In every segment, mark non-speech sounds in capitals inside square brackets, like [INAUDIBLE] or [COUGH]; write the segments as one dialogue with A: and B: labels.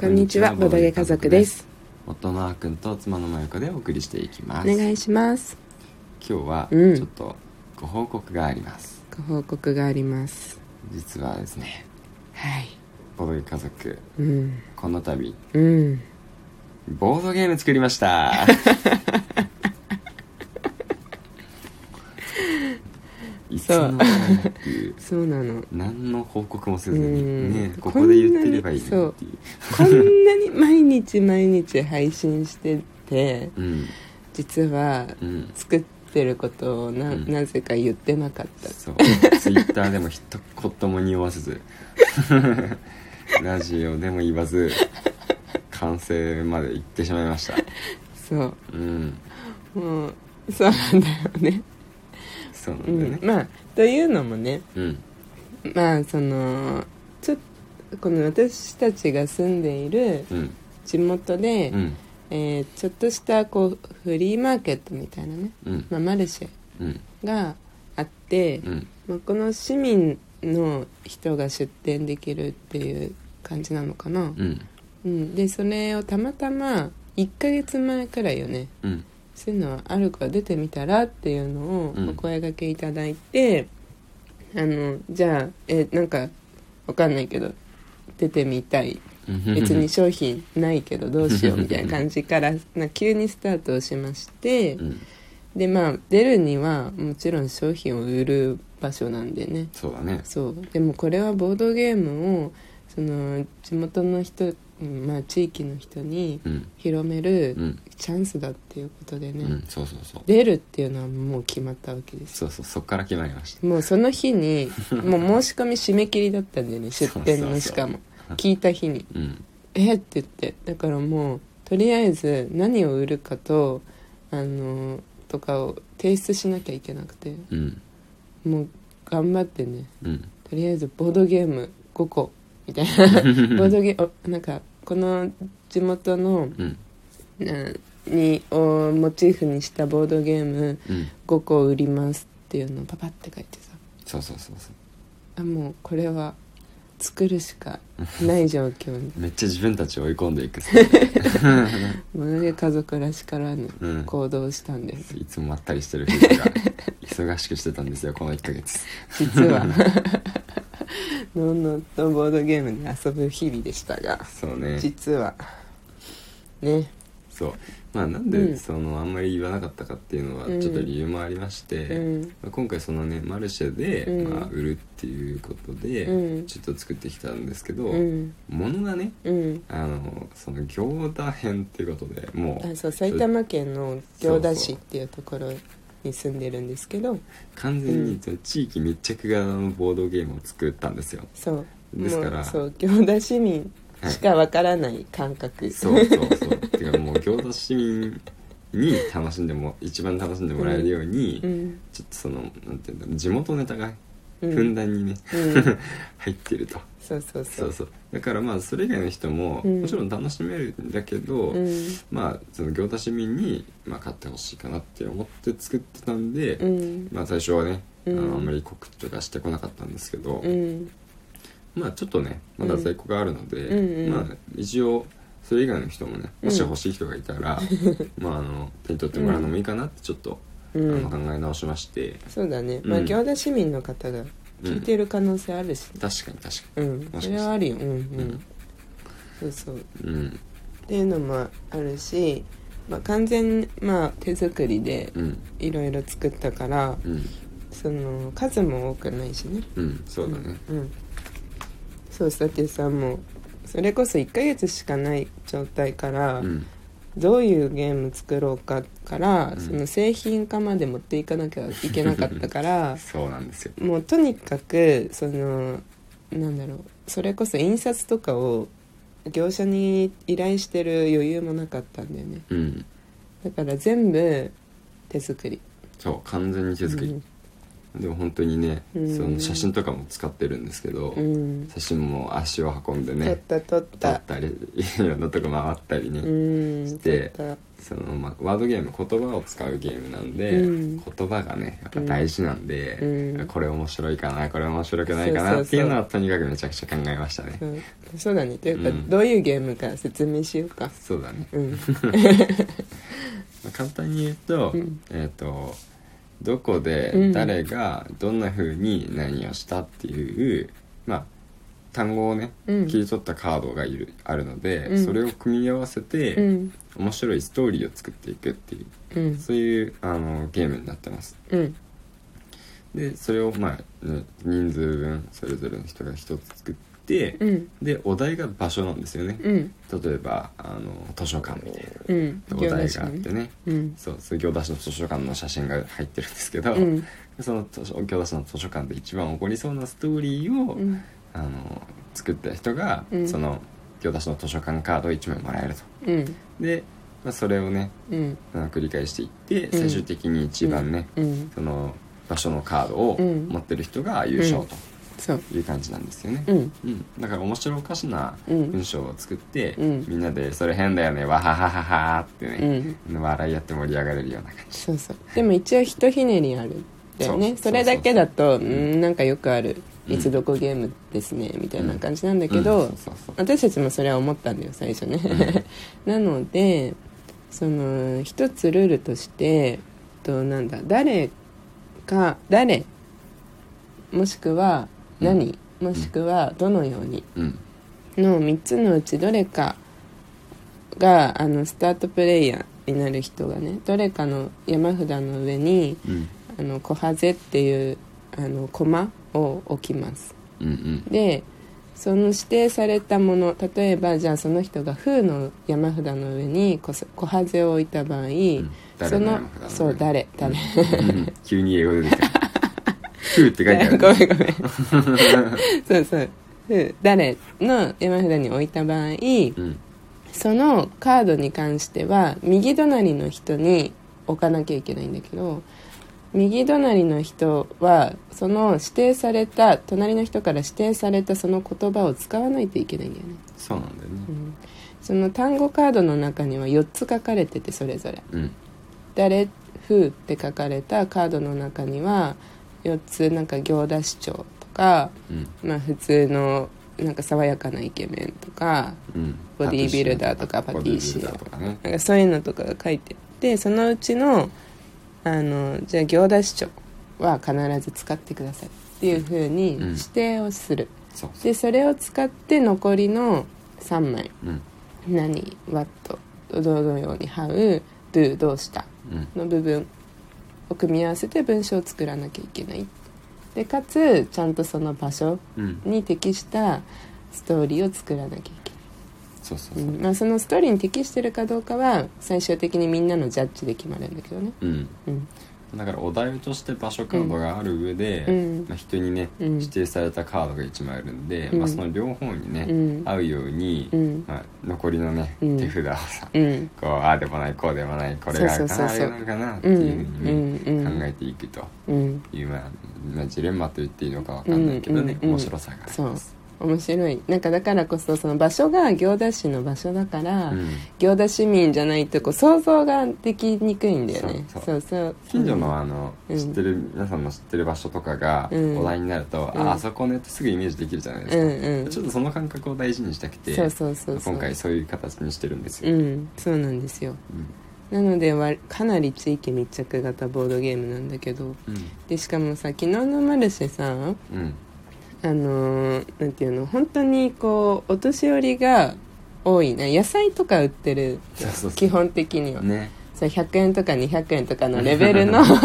A: こんにちはボドゲ家族です
B: 夫のあーくんと妻のまよこでお送りしていきま
A: お
B: す
A: 願いします
B: 今日は
A: うん
B: ちょっとご報告があります、
A: ご報告があります
B: 実はですね
A: はい
B: ボードゲ家族
A: うん
B: この度
A: うん
B: ボードゲーム作りました
A: [LAUGHS]
B: いつの間になく
A: そうなの
B: 何の報告もせず
A: う
B: に
A: ん
B: ねここで言ってればいいのにっていう
A: こんなに毎日毎日配信してて
B: うん
A: 実は
B: うん
A: 作ってることをな,、
B: うん
A: なぜか言ってなかった
B: そうツイッターでも一言も匂わせず [LAUGHS] ラジオでも言わず完成まで行ってしまいました
A: そ
B: うん
A: うもうそうなんだよね
B: そうなん
A: う
B: だよ
A: ん
B: ね、
A: まあというのもね
B: うん
A: まあそのちょっとこの私たちが住んでいる
B: うん
A: 地元で、
B: うん
A: えーちょっとしたこうフリーマーケットみたいなね、
B: うん
A: まあ、マルシ
B: うん
A: ェがあって、
B: うん
A: まあ、この市民の人が出店できるっていう感じなのかな、
B: うん
A: うん、でそれをたまたま1ヶ月前くらいよね
B: うん
A: そういうのはあるから出てみたらっていうのを
B: うん
A: お声掛けいただいて、あのじゃあえなんかわかんないけど出てみたい
B: うん
A: 別に商品ないけどどうしようみたいな感じからな急にスタートをしまして
B: [LAUGHS] うん
A: でまあ出るにはもちろん商品を売る場所なんでね
B: そうだね
A: そうでもこれはボードゲームをその地元の人、まあ、地域の人に
B: うん
A: 広め
B: う
A: る
B: ん
A: チャンスだっていうことで
B: う
A: ね、
B: んそうそうそう
A: 出るっていうのはもう決まったわけです
B: そうそうそっから決まりまし
A: もうその日にもう申し込み締め切りだったんだよね出店
B: そうそうそ
A: の
B: う
A: しかも聞いた日に
B: たうん
A: えっって言ってだからもうとりあえず何を売るかとあのとかを提出しなきゃいけなくて
B: うん
A: もう頑張ってね
B: うん
A: とりあえずボードゲーム5個みたいな
B: [LAUGHS]
A: ボードゲームなんかこの地元の
B: うん
A: なにをモチーフにしたボードゲーム
B: うん
A: 5個売りますっていうのをパパって書いてさ
B: そうそうそうそう
A: あもうこれは作るしかない状況
B: [LAUGHS]
A: に
B: めっちゃ自分たちを追い込んでいくさ
A: もので家族らしからぬ
B: うん
A: 行動をしたんです
B: いつもまったりしてる夫婦が忙しくしてたんですよこの1ヶ月
A: 実はのんのんとボードゲームで遊ぶ日々でしたが
B: そうね
A: 実はね
B: そうまあなん
A: う
B: で
A: ん
B: そのあんまり言わなかったかっていうのは
A: うん
B: ちょっと理由もありまし
A: う
B: て、
A: ん
B: まあ今回そのねマルシェで、
A: うん
B: まあ、売るっていうことで、
A: うん
B: ちょっと作ってきたんですけど、
A: うん
B: 物がね
A: うん
B: あのその行田編っていうことでもう
A: あそう埼玉県の行田市っていうところに住んでるんですけど
B: 完全にその地域密着型のボードゲームを作ったんですよ
A: そう
B: ですから
A: もうそう行田市民しかわからない感覚、
B: そうそうそうてかもう行田市民に楽しんでも一番楽しんでもらえるよう
A: [LAUGHS]
B: に、
A: うん
B: ちょっとそのなんていうんだろう地元ネタが
A: うん
B: ふんだんにね、
A: うん
B: [LAUGHS] 入ってると
A: そうそうそ
B: そう
A: う
B: そうだからまあそれ以外の人も
A: うん
B: もちろん楽しめるんだけど、
A: うん
B: まあその行田市民にまあ買ってほしいかなって思って作ってたんで、
A: うん
B: まあ最初はね、あ
A: うん
B: のあんまり告知とかしてこなかったんですけど、
A: うん
B: まあちょっとねまだ在庫があるので、
A: うんうんうん
B: まあ一応それ以外の人もねもし欲しい人がいた
A: [LAUGHS]
B: ら、まああの手に取ってもらうのもいいかなってちょっと、
A: う
B: あの考
A: ん
B: え直しまして
A: そうだね、まあ
B: うん
A: 行田市民の方が聞いてる可能性あるし、
B: 確かに確か
A: うん、
B: もしかして
A: それはあるようんうん、
B: うん
A: そうそうっ
B: にうん
A: ていうのもあるし、まあ、完全に、まあ、手作りで
B: うん
A: いろいろ作ったから
B: うん
A: その数も多くないしね
B: うんそうだね
A: うん、そうだってさもうそれこそ1ヶ月しかない状態から、
B: うん
A: どういうゲーム作ろうかから、
B: うん
A: その製品化まで持っていかなきゃいけなかったから
B: [LAUGHS] そうなんですよ
A: もうとにかくそのなんだろうそれこそ印刷とかを業者に依頼してる余裕もなかったんだよね
B: うん
A: だから全部手作り
B: そう完全に手作り、
A: うん
B: でも本当にね、
A: うん
B: その写真とかも使ってるんですけど、
A: うん
B: 写真も足を運んで
A: 取っ
B: ね
A: た取っ
B: 撮ったたり [LAUGHS] いろんなとこ回ったりね、
A: うん
B: して
A: 取っ
B: そのまあ、ワードゲーム言葉を使うゲームなんで、
A: うん
B: 言葉がねやっぱ大事なんで、
A: うん
B: これ面白いかなこれ面白くないか
A: そうそ
B: な
A: うそう
B: っていうのはとにかくめちゃくちゃ考えましたね
A: た、うん、そうだねというか、
B: うん
A: どういうゲームか説明しようか
B: そうだね、 [LAUGHS]
A: うん
B: まあ簡単に言うと,、
A: うん
B: えっとどこ
A: う
B: で
A: ん
B: 誰がどんな風に何をしたっていう、まあ単語をね、
A: うん
B: 切り取ったカードがいるあるので、
A: うん
B: それを組み合わせて、
A: うん
B: 面白いストーリーを作っていくってい
A: う
B: う
A: ん
B: そういうあのゲームになってます
A: うん
B: でそれをまあね人数分それぞれの人が一つ作って、
A: うん
B: でお題が場所なんですよね、
A: うん
B: 例えばあの図書館みたい
A: うん
B: なお
A: 行
B: 題
A: 出し
B: があっ
A: の
B: て
A: ね
B: ね
A: うん
B: そうそう行田市の図書館の写真が入ってるんですけど、
A: うん
B: その図書行田市の図書館で一番起こりそうなストーリーを、
A: うん
B: あの作った人が、
A: うん
B: その行田市の図書館カードを1枚もらえると
A: うん
B: で、まあ、それをね
A: うん
B: あの繰り返していって
A: うん
B: 最終的に一番ね、
A: うん
B: その場所のカードを
A: うん
B: 持ってる人が優勝
A: そう
B: という感じなんですよね、
A: うん
B: うんだから面白おかしな
A: うん
B: 文章を作って、
A: うん
B: みんなで「それ変だよねわはははは」って
A: う
B: ね、
A: ん
B: 笑い合って盛り上がれるような感じ
A: そうそうでも一応ひとひねりあるんだよね
B: そ
A: そうれだけだと
B: そう
A: う
B: そうん
A: なんかよくある
B: うん
A: いつどこゲームですねみたいな感じなんだけど、
B: うんそうそうそう
A: 私たちもそれは思ったんだよ最初ね、 [LAUGHS] なのでその一つルールとしてとなんだ誰か誰もしくは何、もしくはどのように
B: うん
A: の3つのうちどれかがあのスタートプレイヤーになる人がねどれかの山札の上に
B: うん
A: あの小ハゼっていうあの駒を置きます
B: うんうん
A: でその指定されたもの例えばじゃあその人が「風」の山札の上に小さ小ハゼを置いた場合、
B: うん
A: その
B: 山札だ
A: そう誰誰、
B: うん急に英語出てき
A: [LAUGHS]
B: た「ふ」って書いてある
A: ごめんごめん [LAUGHS] そうそう風誰の山札に置いた場合、
B: うん
A: そのカードに関しては右隣の人に置かなきゃいけないんだけど右隣の人はその指定された隣の人から指定されたその言葉を使わないといけないんだよね、
B: そうなんだ
A: う
B: よね
A: ん、その単語カードの中には4つ書かれててそれぞれ
B: うん
A: 「誰」「風」って書かれたカードの中には4つなんか行田市長とか、
B: うん
A: まあ、普通のなんか爽やかなイケメンとか
B: うん
A: ボディービルダーとかパティシエ
B: ボディービルダーとかね
A: なんかそういうのとかが書いてあってそのうちのあのじゃあ行田市長は必ず使ってくださいっていうふうに
B: うん
A: 指定をする、
B: そうそう
A: でそれを使って残りの3枚
B: うん
A: 「何」「ワット」「どのように」「ハウ」「ドゥ」「どうした」
B: うん
A: の部分を組み合わせて文章を作らなきゃいけないでかつちゃんとその場所
B: うん
A: に適したストーリーを作らなきゃいけない
B: そうそう
A: う
B: そうん
A: まあ、そのストーリーに適してるかどうかは最終的にみんなのジャッジで決まるんだけどね
B: うん
A: うん
B: だからお題として場所カードがある上で、
A: うん
B: まあ、人にね、
A: うん
B: 指定されたカードが1枚あるんで、
A: うん
B: まあ、その両方にね、
A: うん
B: 合うように、
A: うん
B: まあ、残りのね、
A: うん
B: 手札をさ
A: うん
B: こうああでもないこうでもないこれがあるかな
A: そうそうそうそう
B: あれがあるかなっていうふうにね、
A: うんうん
B: 考えていくと
A: うん
B: いう、まあまあ、ジレンマと言っていいのかわかんないけどね、
A: うんうんうん
B: 面白さがあり
A: そう
B: ます。
A: 面白いなんかだからこそその場所が行田市の場所だから、
B: うん
A: 行田市民じゃないとこう想像ができにくいんだよね
B: そ
A: そうう
B: そ
A: そう
B: 近所のあの、
A: うん
B: 知ってる皆さんの知ってる場所とかが
A: うん
B: お題になると、
A: うん
B: ああそこねってすぐイメージできるじゃないです
A: う
B: か、
A: んうん
B: ちょっとその感覚を大事にしたくて
A: そうそうそうそう
B: 今回そういう形にしてるんです
A: う
B: よ、
A: んそうなんですよなのでわかなり地域密着型ボードゲームなんだけど
B: うん
A: でしかもさ昨日のマルシェさ
B: うん
A: あのーなんていうの本当にこうお年寄りが多いな野菜とか売ってる
B: そうそうそう
A: 基本的には、
B: ね
A: そう100円とか200円とかのレベルのその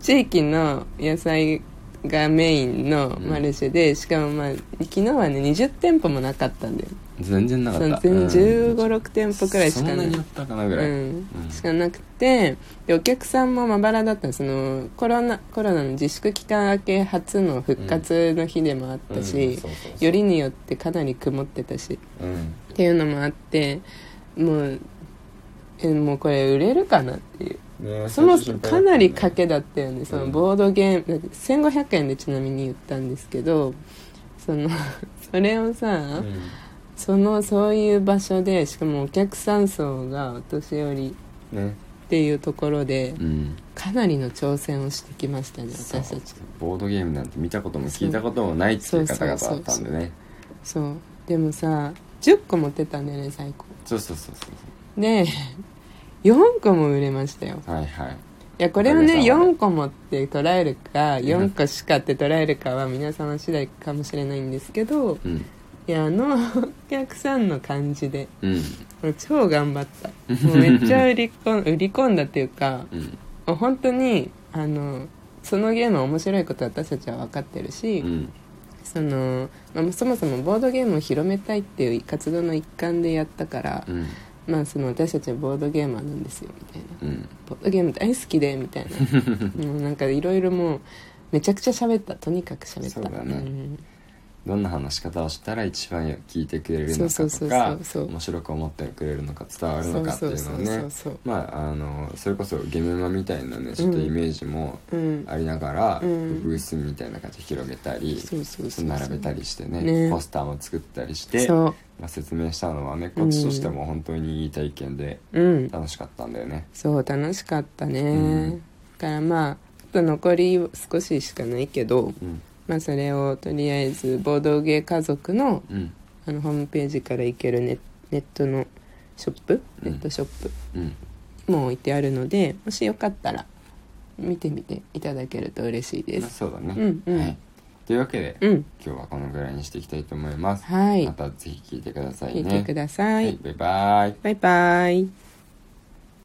A: 地域の野菜がメインのマルシェで、しかもまあ昨日はね20店舗もなかったんだよ
B: 全然なか
A: そ
B: った
A: の全
B: う
A: 1
B: ん
A: 5 6店舗くらいしか
B: そ
A: な
B: んないにあったかなぐらい、
A: うん
B: うん
A: しかなくてでお客さんもまばらだったそのコロナコロナの自粛期間明け初の復活の日でもあった
B: うん
A: し
B: そうそうそう
A: よりによってかなり曇ってたし
B: うん
A: っていうのもあってもうえもうこれ売れるかなっていう
B: ね
A: そもそ
B: 最
A: もか
B: 初心配だった
A: なり
B: よね
A: 賭けだったよねその
B: うん
A: ボードゲーム1500円でちなみに言ったんですけどその [LAUGHS] それをさ、そのそういう場所でしかもお客さん層がお年寄り
B: うんね
A: っていうところで
B: うん
A: かなりの挑戦をしてきましたね私た
B: そう
A: ち
B: ボードゲームなんて見たことも聞いたこともないっていう方々だったんでね
A: そうでもさ10個持ってたんだよね最高
B: そうそうそうそう
A: で [LAUGHS] 4個も売れましたよ
B: はいはい
A: いやこれをね
B: おかげさまで
A: 4個持って捉えるか4個しかって捉えるかは皆様次第かもしれないんですけど
B: うん
A: いやあのお客さんの感じで
B: うん
A: もう超頑張ったもうめっちゃ売り
B: [LAUGHS]
A: 込ん売り込んだっていうか
B: うん
A: もう本当にあのそのゲームは面白いことは私たちは分かってるし、
B: うん
A: その、まあ、そもそもボードゲームを広めたいっていう活動の一環でやったから
B: う、ん
A: まあその私たちはボードゲーマーなんですよみたいな
B: うん
A: ボードゲーム大好きでみたいなもうなんかいろいろもうめちゃくちゃ喋ったとにかく喋った
B: そうだね
A: ん
B: どんな話し方をしたら一番聞いてくれるの
A: そう
B: か
A: そ
B: と
A: うそう
B: か
A: そう
B: 面白く思ってくれるのか伝わる
A: そ
B: の
A: う
B: かって
A: そ
B: いううの
A: そうそ
B: を
A: う
B: ね
A: そう
B: まああのそれこそゲームマみたいなねちょっとイメージも
A: うん
B: ありながら、
A: うん
B: ブースみたいな感じで広げたり
A: そうそうそう
B: 並べたりしてね
A: ね
B: ポスターも作ったりして、
A: そ
B: まあ、説明したのはねこっちとしても本当にいい体験で
A: ううん
B: 楽しかったんだよね。
A: そう楽しかったね、
B: うん
A: だからまああと残り少ししかないけど、
B: うん
A: まあ、それをとりあえずボードゲー家族の
B: うん
A: あのホームページから行けるネネットのショップ
B: う
A: ネ
B: ん
A: ットショップ
B: うん
A: も置いてあるのでもしよかったら見てみていただけると嬉しいで
B: まあ
A: す
B: そうだね、
A: うんうん
B: はい、というわけで、
A: うん
B: 今日はこのぐらいにしていきたいと思います。
A: はい
B: またぜひ聞いてください
A: 聞
B: ね。
A: いてくださ、
B: はいい、バイバイ。
A: バイバイ